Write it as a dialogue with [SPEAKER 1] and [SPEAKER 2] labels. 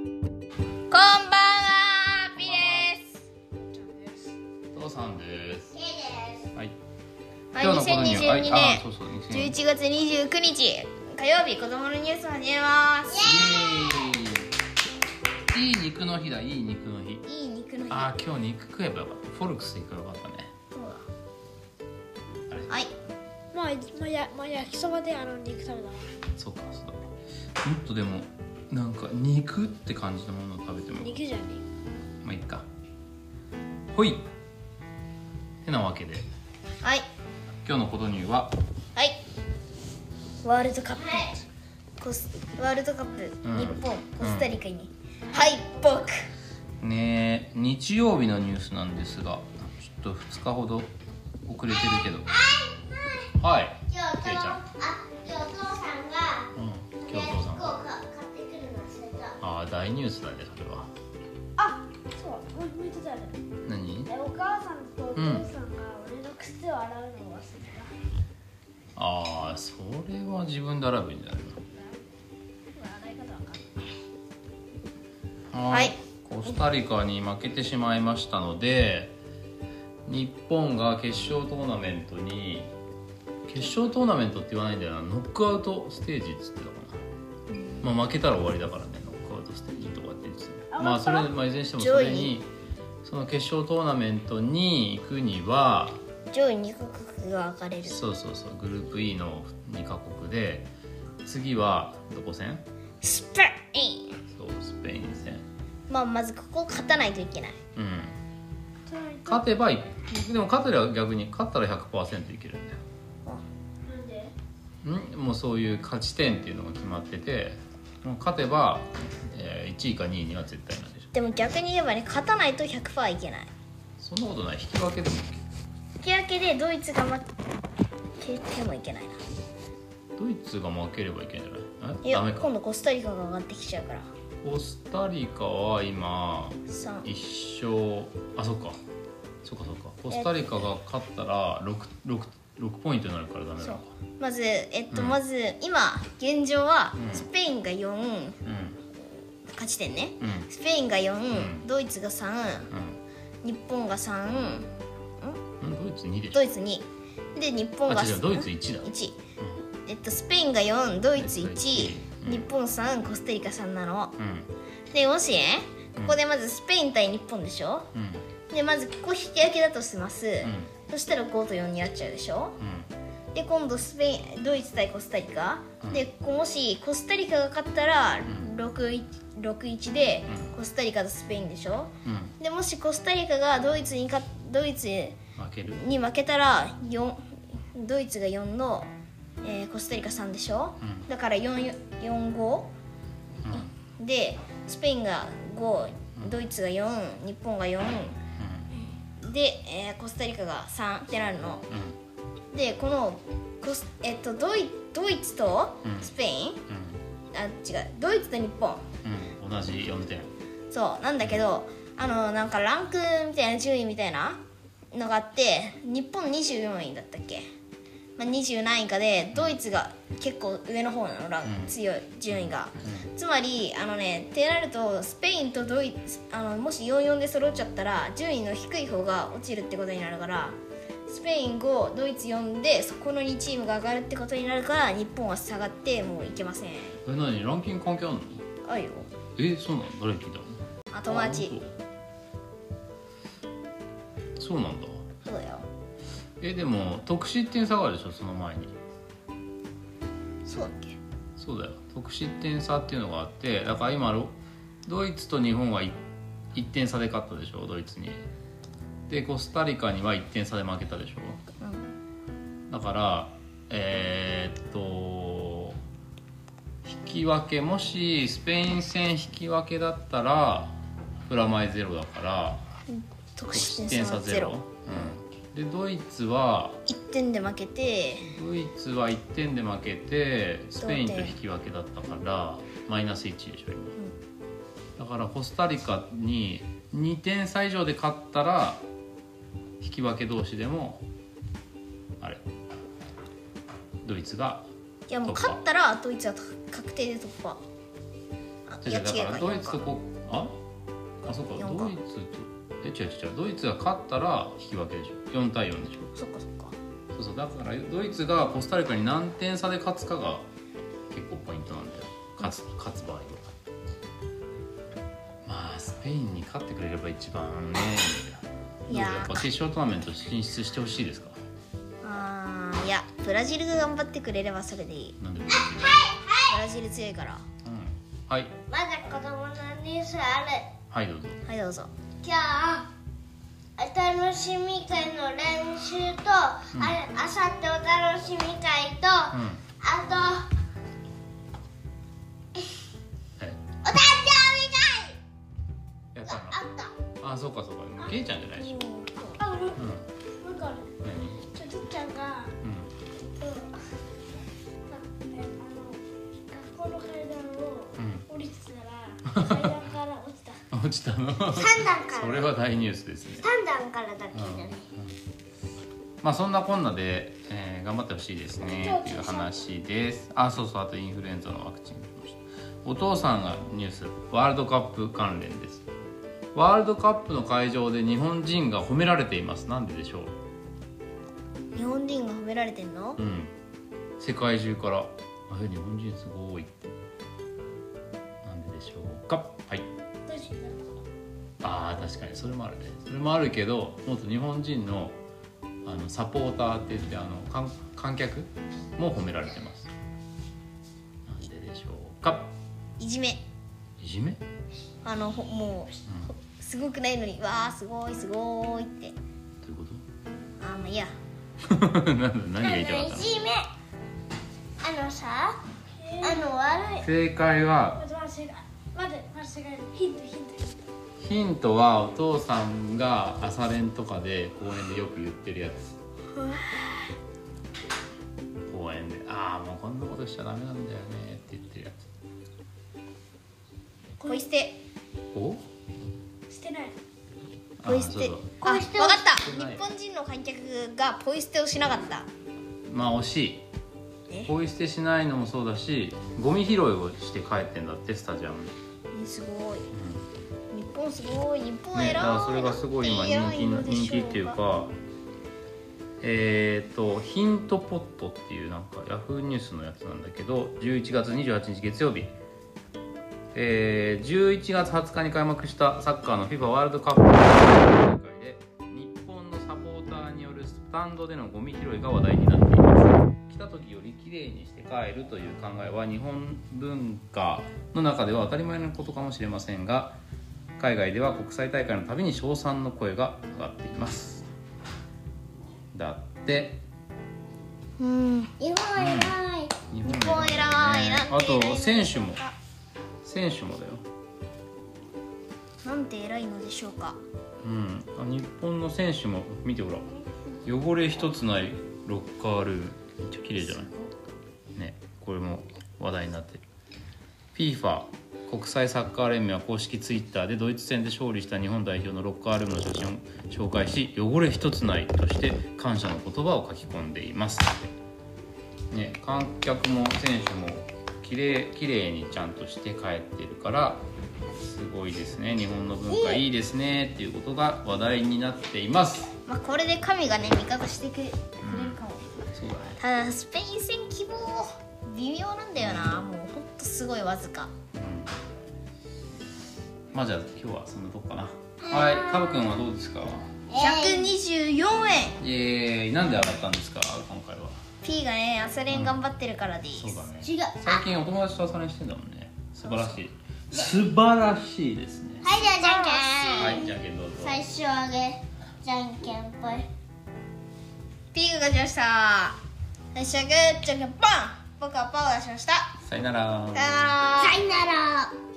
[SPEAKER 1] こんばんはピです
[SPEAKER 2] 父さんです。
[SPEAKER 1] ケイです
[SPEAKER 2] はい。
[SPEAKER 1] はい
[SPEAKER 2] 今日のこのニュースはい
[SPEAKER 1] 2022
[SPEAKER 2] あそうそう2022
[SPEAKER 1] 11月29日火曜日子供のニュース始めます
[SPEAKER 2] イエーイいい肉の日だ。いい肉の日。
[SPEAKER 1] いい肉の日
[SPEAKER 2] ああ今日肉食えばよかった。フォルクス行けばよかったね。
[SPEAKER 1] そう
[SPEAKER 2] あれ
[SPEAKER 1] だはい
[SPEAKER 3] まあ、まあ、や、まあ、焼きそばであの肉食べた。
[SPEAKER 2] そうかそうだ。もっとでもなんか肉って感じのものを食べても
[SPEAKER 3] 肉じゃね
[SPEAKER 2] まあいいか。ほい。てなわけで
[SPEAKER 1] はい
[SPEAKER 2] 今日のことには
[SPEAKER 1] はい
[SPEAKER 3] え。ワールドカップ。
[SPEAKER 1] コスワールドカップ、
[SPEAKER 2] うん
[SPEAKER 1] 日本コスタリカに、はい僕
[SPEAKER 2] ねえ日曜日のニュースなんですがちょっと2日ほど遅れてるけどはい
[SPEAKER 4] 今日お父
[SPEAKER 2] ケイちゃん
[SPEAKER 4] あ今日お父さんが
[SPEAKER 2] うん
[SPEAKER 4] 冷
[SPEAKER 2] 今
[SPEAKER 4] や
[SPEAKER 2] 日
[SPEAKER 4] し
[SPEAKER 2] お父さん
[SPEAKER 4] こを
[SPEAKER 2] が
[SPEAKER 4] か買ってくるの忘れた
[SPEAKER 2] ああ大ニュースだねそれは
[SPEAKER 3] あ、そう、もう、もう一つある。
[SPEAKER 2] 何
[SPEAKER 3] でお母さんとお父
[SPEAKER 2] うん
[SPEAKER 3] さんが俺の靴を洗うのを忘れ
[SPEAKER 2] ああそれは自分で洗えばいいんじゃない
[SPEAKER 3] た。洗い方わかんない。
[SPEAKER 2] の
[SPEAKER 1] はい
[SPEAKER 2] コスタリカに負けてしまいましたので日本が決勝トーナメントに決勝トーナメントって言わないんだよなノックアウトステージっつってたかな、まあ、負けたら終わりだからねノックアウトステージとかって言ってたね
[SPEAKER 3] あ
[SPEAKER 2] まあ
[SPEAKER 3] 本
[SPEAKER 2] そ
[SPEAKER 3] 当
[SPEAKER 2] れ、まあ、いずれにしてもそれにその決勝トーナメントに行くには
[SPEAKER 1] 上位2カ国が分かれる
[SPEAKER 2] そうそうそうグループ E の2カ国で次はどこ戦
[SPEAKER 1] スペイン
[SPEAKER 2] そうスペイン戦
[SPEAKER 1] まあまずここ勝たないといけない
[SPEAKER 2] うん
[SPEAKER 3] その
[SPEAKER 2] 勝てばいでも勝てば逆に勝ったら100%いけるんだ
[SPEAKER 3] なんで。
[SPEAKER 2] よんもうそういう勝ち点っていうのが決まっててもう勝てば、え1位か2位には絶対なるでしょ
[SPEAKER 1] でも逆に言えばね勝たないと100%いけない
[SPEAKER 2] そんなことない引き分けでも
[SPEAKER 1] 引き分けでドイツが負けてもいけないな
[SPEAKER 2] ドイツが負ければいけんじゃない
[SPEAKER 1] い
[SPEAKER 2] えダメ
[SPEAKER 1] や
[SPEAKER 2] か
[SPEAKER 1] 今度コスタリカが上がってきちゃうから
[SPEAKER 2] コスタリカは今
[SPEAKER 1] 3
[SPEAKER 2] 1勝あそっかそっかそっかコスタリカが勝ったら 6, 6, 6ポイントになるからダメなのか
[SPEAKER 1] まずえっと、
[SPEAKER 2] うん
[SPEAKER 1] まず今現状は
[SPEAKER 2] うん
[SPEAKER 1] スペインが4、
[SPEAKER 2] うん
[SPEAKER 1] 勝ち点ね
[SPEAKER 2] うん
[SPEAKER 1] スペインが4、
[SPEAKER 2] うん
[SPEAKER 1] ドイツが3日本が3、
[SPEAKER 2] うんんドイツ2でしょ
[SPEAKER 1] ドイツ2で日本
[SPEAKER 2] あ
[SPEAKER 1] が
[SPEAKER 2] 違う違うドイツ1だ
[SPEAKER 1] 1えっとスペインが4ドイツ1
[SPEAKER 2] ドイツ一うん
[SPEAKER 1] 日本3コスタリカ3なの
[SPEAKER 2] うん
[SPEAKER 1] でもしね
[SPEAKER 2] う
[SPEAKER 1] こ
[SPEAKER 2] ん
[SPEAKER 1] こでまずスペイン対日本でしょ
[SPEAKER 2] うんうん
[SPEAKER 1] でまずここ引き分けだとします、
[SPEAKER 2] うん
[SPEAKER 1] そしたら5と4になっちゃうでしょ
[SPEAKER 2] うん
[SPEAKER 1] で今度スペインドイツ対コスタリカ、
[SPEAKER 2] うん
[SPEAKER 1] でもしコスタリカが勝ったら
[SPEAKER 2] ん
[SPEAKER 1] 6-1でコスタリカとスペインでしょ
[SPEAKER 2] うん
[SPEAKER 1] でもしコスタリカがドイツに勝っドイツ
[SPEAKER 2] 負ける
[SPEAKER 1] に負けたら4ドイツが4の、えーコスタリカ3でしょ、
[SPEAKER 2] うん
[SPEAKER 1] だから445
[SPEAKER 2] うんうん
[SPEAKER 1] でスペインが5ドイツが4日本が4で、えーコスタリカが3ってなるの
[SPEAKER 2] う
[SPEAKER 1] でこのコス、えっと、ドイドイツと
[SPEAKER 2] うん
[SPEAKER 1] スペイン、
[SPEAKER 2] ん
[SPEAKER 1] あ違うドイツと日本
[SPEAKER 2] うんうん同じ4点
[SPEAKER 1] そうなんだけどあのなんかランクみたいな順位みたいなのがあって日本24位だったっけ、まあ、20何位かでドイツが結構上の方なのランク、
[SPEAKER 2] うん
[SPEAKER 1] 強い順位が
[SPEAKER 2] う
[SPEAKER 1] つまりあのねってなるとスペインとドイツあのもし44で揃っちゃったら順位の低い方が落ちるってことになるからスペイン5ドイツ4でそこの2チームが上がるってことになるから日本は下がってもういけません
[SPEAKER 2] え何ランキング関係あるの
[SPEAKER 1] あいよ
[SPEAKER 2] えそうなの誰に聞いたの
[SPEAKER 1] あ友達
[SPEAKER 2] あ本当そうなんだ
[SPEAKER 1] そうだよ
[SPEAKER 2] えでも得失点差があるでしょその前に
[SPEAKER 1] そうだっけ
[SPEAKER 2] そうだよ得失点差っていうのがあってだから今ロドイツと日本は 1, 点差で勝ったでしょドイツにでコスタリカには1点差で負けたでし
[SPEAKER 1] う
[SPEAKER 2] ょ
[SPEAKER 1] ん
[SPEAKER 2] だからえーっと引き分けもしスペイン戦引き分けだったらプラマイゼロだから
[SPEAKER 1] 得
[SPEAKER 2] 得
[SPEAKER 1] 失
[SPEAKER 2] 失
[SPEAKER 1] 点
[SPEAKER 2] 点
[SPEAKER 1] 差
[SPEAKER 2] 差
[SPEAKER 1] ゼ
[SPEAKER 2] ゼ
[SPEAKER 1] ロ
[SPEAKER 2] ロ、うん、でドイツは
[SPEAKER 1] 1点で負けて
[SPEAKER 2] ドイツは1点で負けてスペインと引き分けだったからマイナス1でしょ今、だからコスタリカに2点差以上で勝ったら引き分け同士でもあれドイツが
[SPEAKER 1] いやもう
[SPEAKER 2] 突破
[SPEAKER 1] 勝ったらドイツは確定で突破あい
[SPEAKER 2] 違う
[SPEAKER 1] や
[SPEAKER 2] 違うだ
[SPEAKER 1] 違
[SPEAKER 2] か
[SPEAKER 1] う
[SPEAKER 2] ら
[SPEAKER 1] か
[SPEAKER 2] ドイ
[SPEAKER 1] 違う
[SPEAKER 2] ツ
[SPEAKER 1] か
[SPEAKER 2] とこああそうか
[SPEAKER 1] 4
[SPEAKER 2] ド
[SPEAKER 1] か
[SPEAKER 2] イツとえ違う違う違うドイツが勝ったら引き分けでしょ4対4でしょ
[SPEAKER 1] そっかそっか
[SPEAKER 2] そうそうだからドイツがコスタリカに何点差で勝つかが結構ポイントなんだよ勝つ勝つ場合はまあスペインに勝ってくれれば一番ね
[SPEAKER 1] いやー
[SPEAKER 2] やっぱ決勝トーナメント進出してほしいですか
[SPEAKER 1] あーいやブラジルが頑張ってくれればそれでいい
[SPEAKER 2] なんでも
[SPEAKER 1] ブラジル強いから
[SPEAKER 2] うんはい
[SPEAKER 4] まだ子供のニュースある
[SPEAKER 2] はいどうぞ
[SPEAKER 1] はいどうぞ
[SPEAKER 4] 今日お楽しみ会の練習と、
[SPEAKER 2] ん
[SPEAKER 4] ああさってお楽しみ会
[SPEAKER 2] う
[SPEAKER 4] と、
[SPEAKER 2] ん
[SPEAKER 4] あと
[SPEAKER 2] はい
[SPEAKER 4] お誕生
[SPEAKER 2] やっ
[SPEAKER 4] 日会
[SPEAKER 2] た
[SPEAKER 4] があった
[SPEAKER 2] なあそうかそうかケイちゃんじゃないでしょ
[SPEAKER 4] あ
[SPEAKER 2] う
[SPEAKER 4] 俺
[SPEAKER 2] ん
[SPEAKER 4] なんかある
[SPEAKER 2] 何
[SPEAKER 4] ちょっとちゃん
[SPEAKER 2] う
[SPEAKER 4] がうんあの学校の階段を
[SPEAKER 2] ん
[SPEAKER 4] 降りてたら階段から落ちた
[SPEAKER 2] うん落ちたの
[SPEAKER 4] 三段か ら
[SPEAKER 2] それは大ニュースですね
[SPEAKER 4] 三段からだっけだね
[SPEAKER 2] まあそんなこんなで、えー頑張ってほしいですねっていう話です。あ、そうそう、あとインフルエンザのワクチン打ちました。お父さんがニュース、ワールドカップ関連です。ワールドカップの会場で日本人が褒められています。なんででしょ
[SPEAKER 1] 日本人が褒められてんの
[SPEAKER 2] う。うん。世界中から、あ、え日本人すごいって。なんででしょうか。はい。ああ確かにそれもあるねそれもあるけどもっと日本人のあのサポーターって言ってあの観観客も褒められてますなんででしょうか
[SPEAKER 1] いじめ
[SPEAKER 2] いじめ、うん、
[SPEAKER 1] あのほもうすごくないのにわあすごいすごいって
[SPEAKER 2] というこ
[SPEAKER 1] あーまあいいや
[SPEAKER 2] と なんだ何が言いたかったの
[SPEAKER 4] じめあのさあの悪い
[SPEAKER 2] 正解は
[SPEAKER 3] まず間違いまず間違いヒントヒントヒン
[SPEAKER 2] ヒントはお父さんが朝練とかで公園でよく言ってるやつ公園で「ああもうこんなことしちゃダメなんだよね」って言ってるやつ
[SPEAKER 1] ポイ捨て
[SPEAKER 2] お
[SPEAKER 3] トしてない
[SPEAKER 2] あ
[SPEAKER 1] ポイ捨
[SPEAKER 2] そう
[SPEAKER 1] て
[SPEAKER 2] そう
[SPEAKER 1] あわかっ
[SPEAKER 4] ポイ
[SPEAKER 2] して
[SPEAKER 4] 捨てを
[SPEAKER 2] な
[SPEAKER 1] た
[SPEAKER 2] い
[SPEAKER 1] 日本人の観客がポイ捨てをしなかった
[SPEAKER 2] まあ惜しい
[SPEAKER 1] え
[SPEAKER 2] ポイ捨てしないのもそうだしゴミ拾いをして帰ってんだってスタジアムに、
[SPEAKER 1] えすごい
[SPEAKER 2] うん
[SPEAKER 1] 日本すごい日本偉い
[SPEAKER 2] ね、だからそれがすごい今人気な
[SPEAKER 1] 偉のでしょ
[SPEAKER 2] 人気っていうかえー、とヒントポットっていうなんかヤフーニュースのやつなんだけど11月28日月曜日えー11月20日に開幕したサッカーの FIFA ワールドカップ大会で日本のサポーターによるスタンドでのゴミ拾いが話題になっています来た時より綺麗にして帰るという考えは日本文化の中では当たり前のことかもしれませんが海外では国際大会のたびに称賛の声が上がっていますだって
[SPEAKER 1] うん
[SPEAKER 4] 日本偉い
[SPEAKER 2] 日本
[SPEAKER 1] 日本偉いな
[SPEAKER 2] ね
[SPEAKER 1] んて
[SPEAKER 2] あ
[SPEAKER 1] 偉いの
[SPEAKER 2] と
[SPEAKER 1] でしょうか
[SPEAKER 2] 選手も選手もだよ
[SPEAKER 1] なんて偉いのでしょうか
[SPEAKER 2] うん、あ日本の選手も見てほら汚れ一つないロッカールームめっちゃ綺麗じゃないねこれも話題になってる FIFA 国際サッカー連盟は公式ツイッターでドイツ戦で勝利した日本代表のロッカールームの写真を紹介し汚れ一つないとして感謝の言葉を書き込んでいます、ね、観客も選手も綺麗綺麗にちゃんとして帰ってるからすごいですね日本の文化いいですねっていうことが話題になっています
[SPEAKER 1] まあこれで神がね味方してくれくれるかも
[SPEAKER 2] そうだね
[SPEAKER 1] ただスペイン戦希望微妙なんだよなもうほんとすごいわずか
[SPEAKER 2] まあじゃあ今日はそんなとこかなはいカブくんはどうですか
[SPEAKER 1] 124円
[SPEAKER 2] イエーイなんで上がったんですか今回は
[SPEAKER 1] P がね朝練頑張ってるからです、
[SPEAKER 2] そうだね
[SPEAKER 4] 違う
[SPEAKER 2] 最近お友達と朝練してんだもんね素晴らしい素晴らしいですね
[SPEAKER 4] はいじゃあじゃんけん
[SPEAKER 2] はいじゃんけんどうぞ
[SPEAKER 4] 最初はげじゃんけんぽい
[SPEAKER 1] P が勝ちました最初はグーじゃんけんポン僕はパーを出しました
[SPEAKER 2] さよなら
[SPEAKER 1] さよなら
[SPEAKER 4] さよなら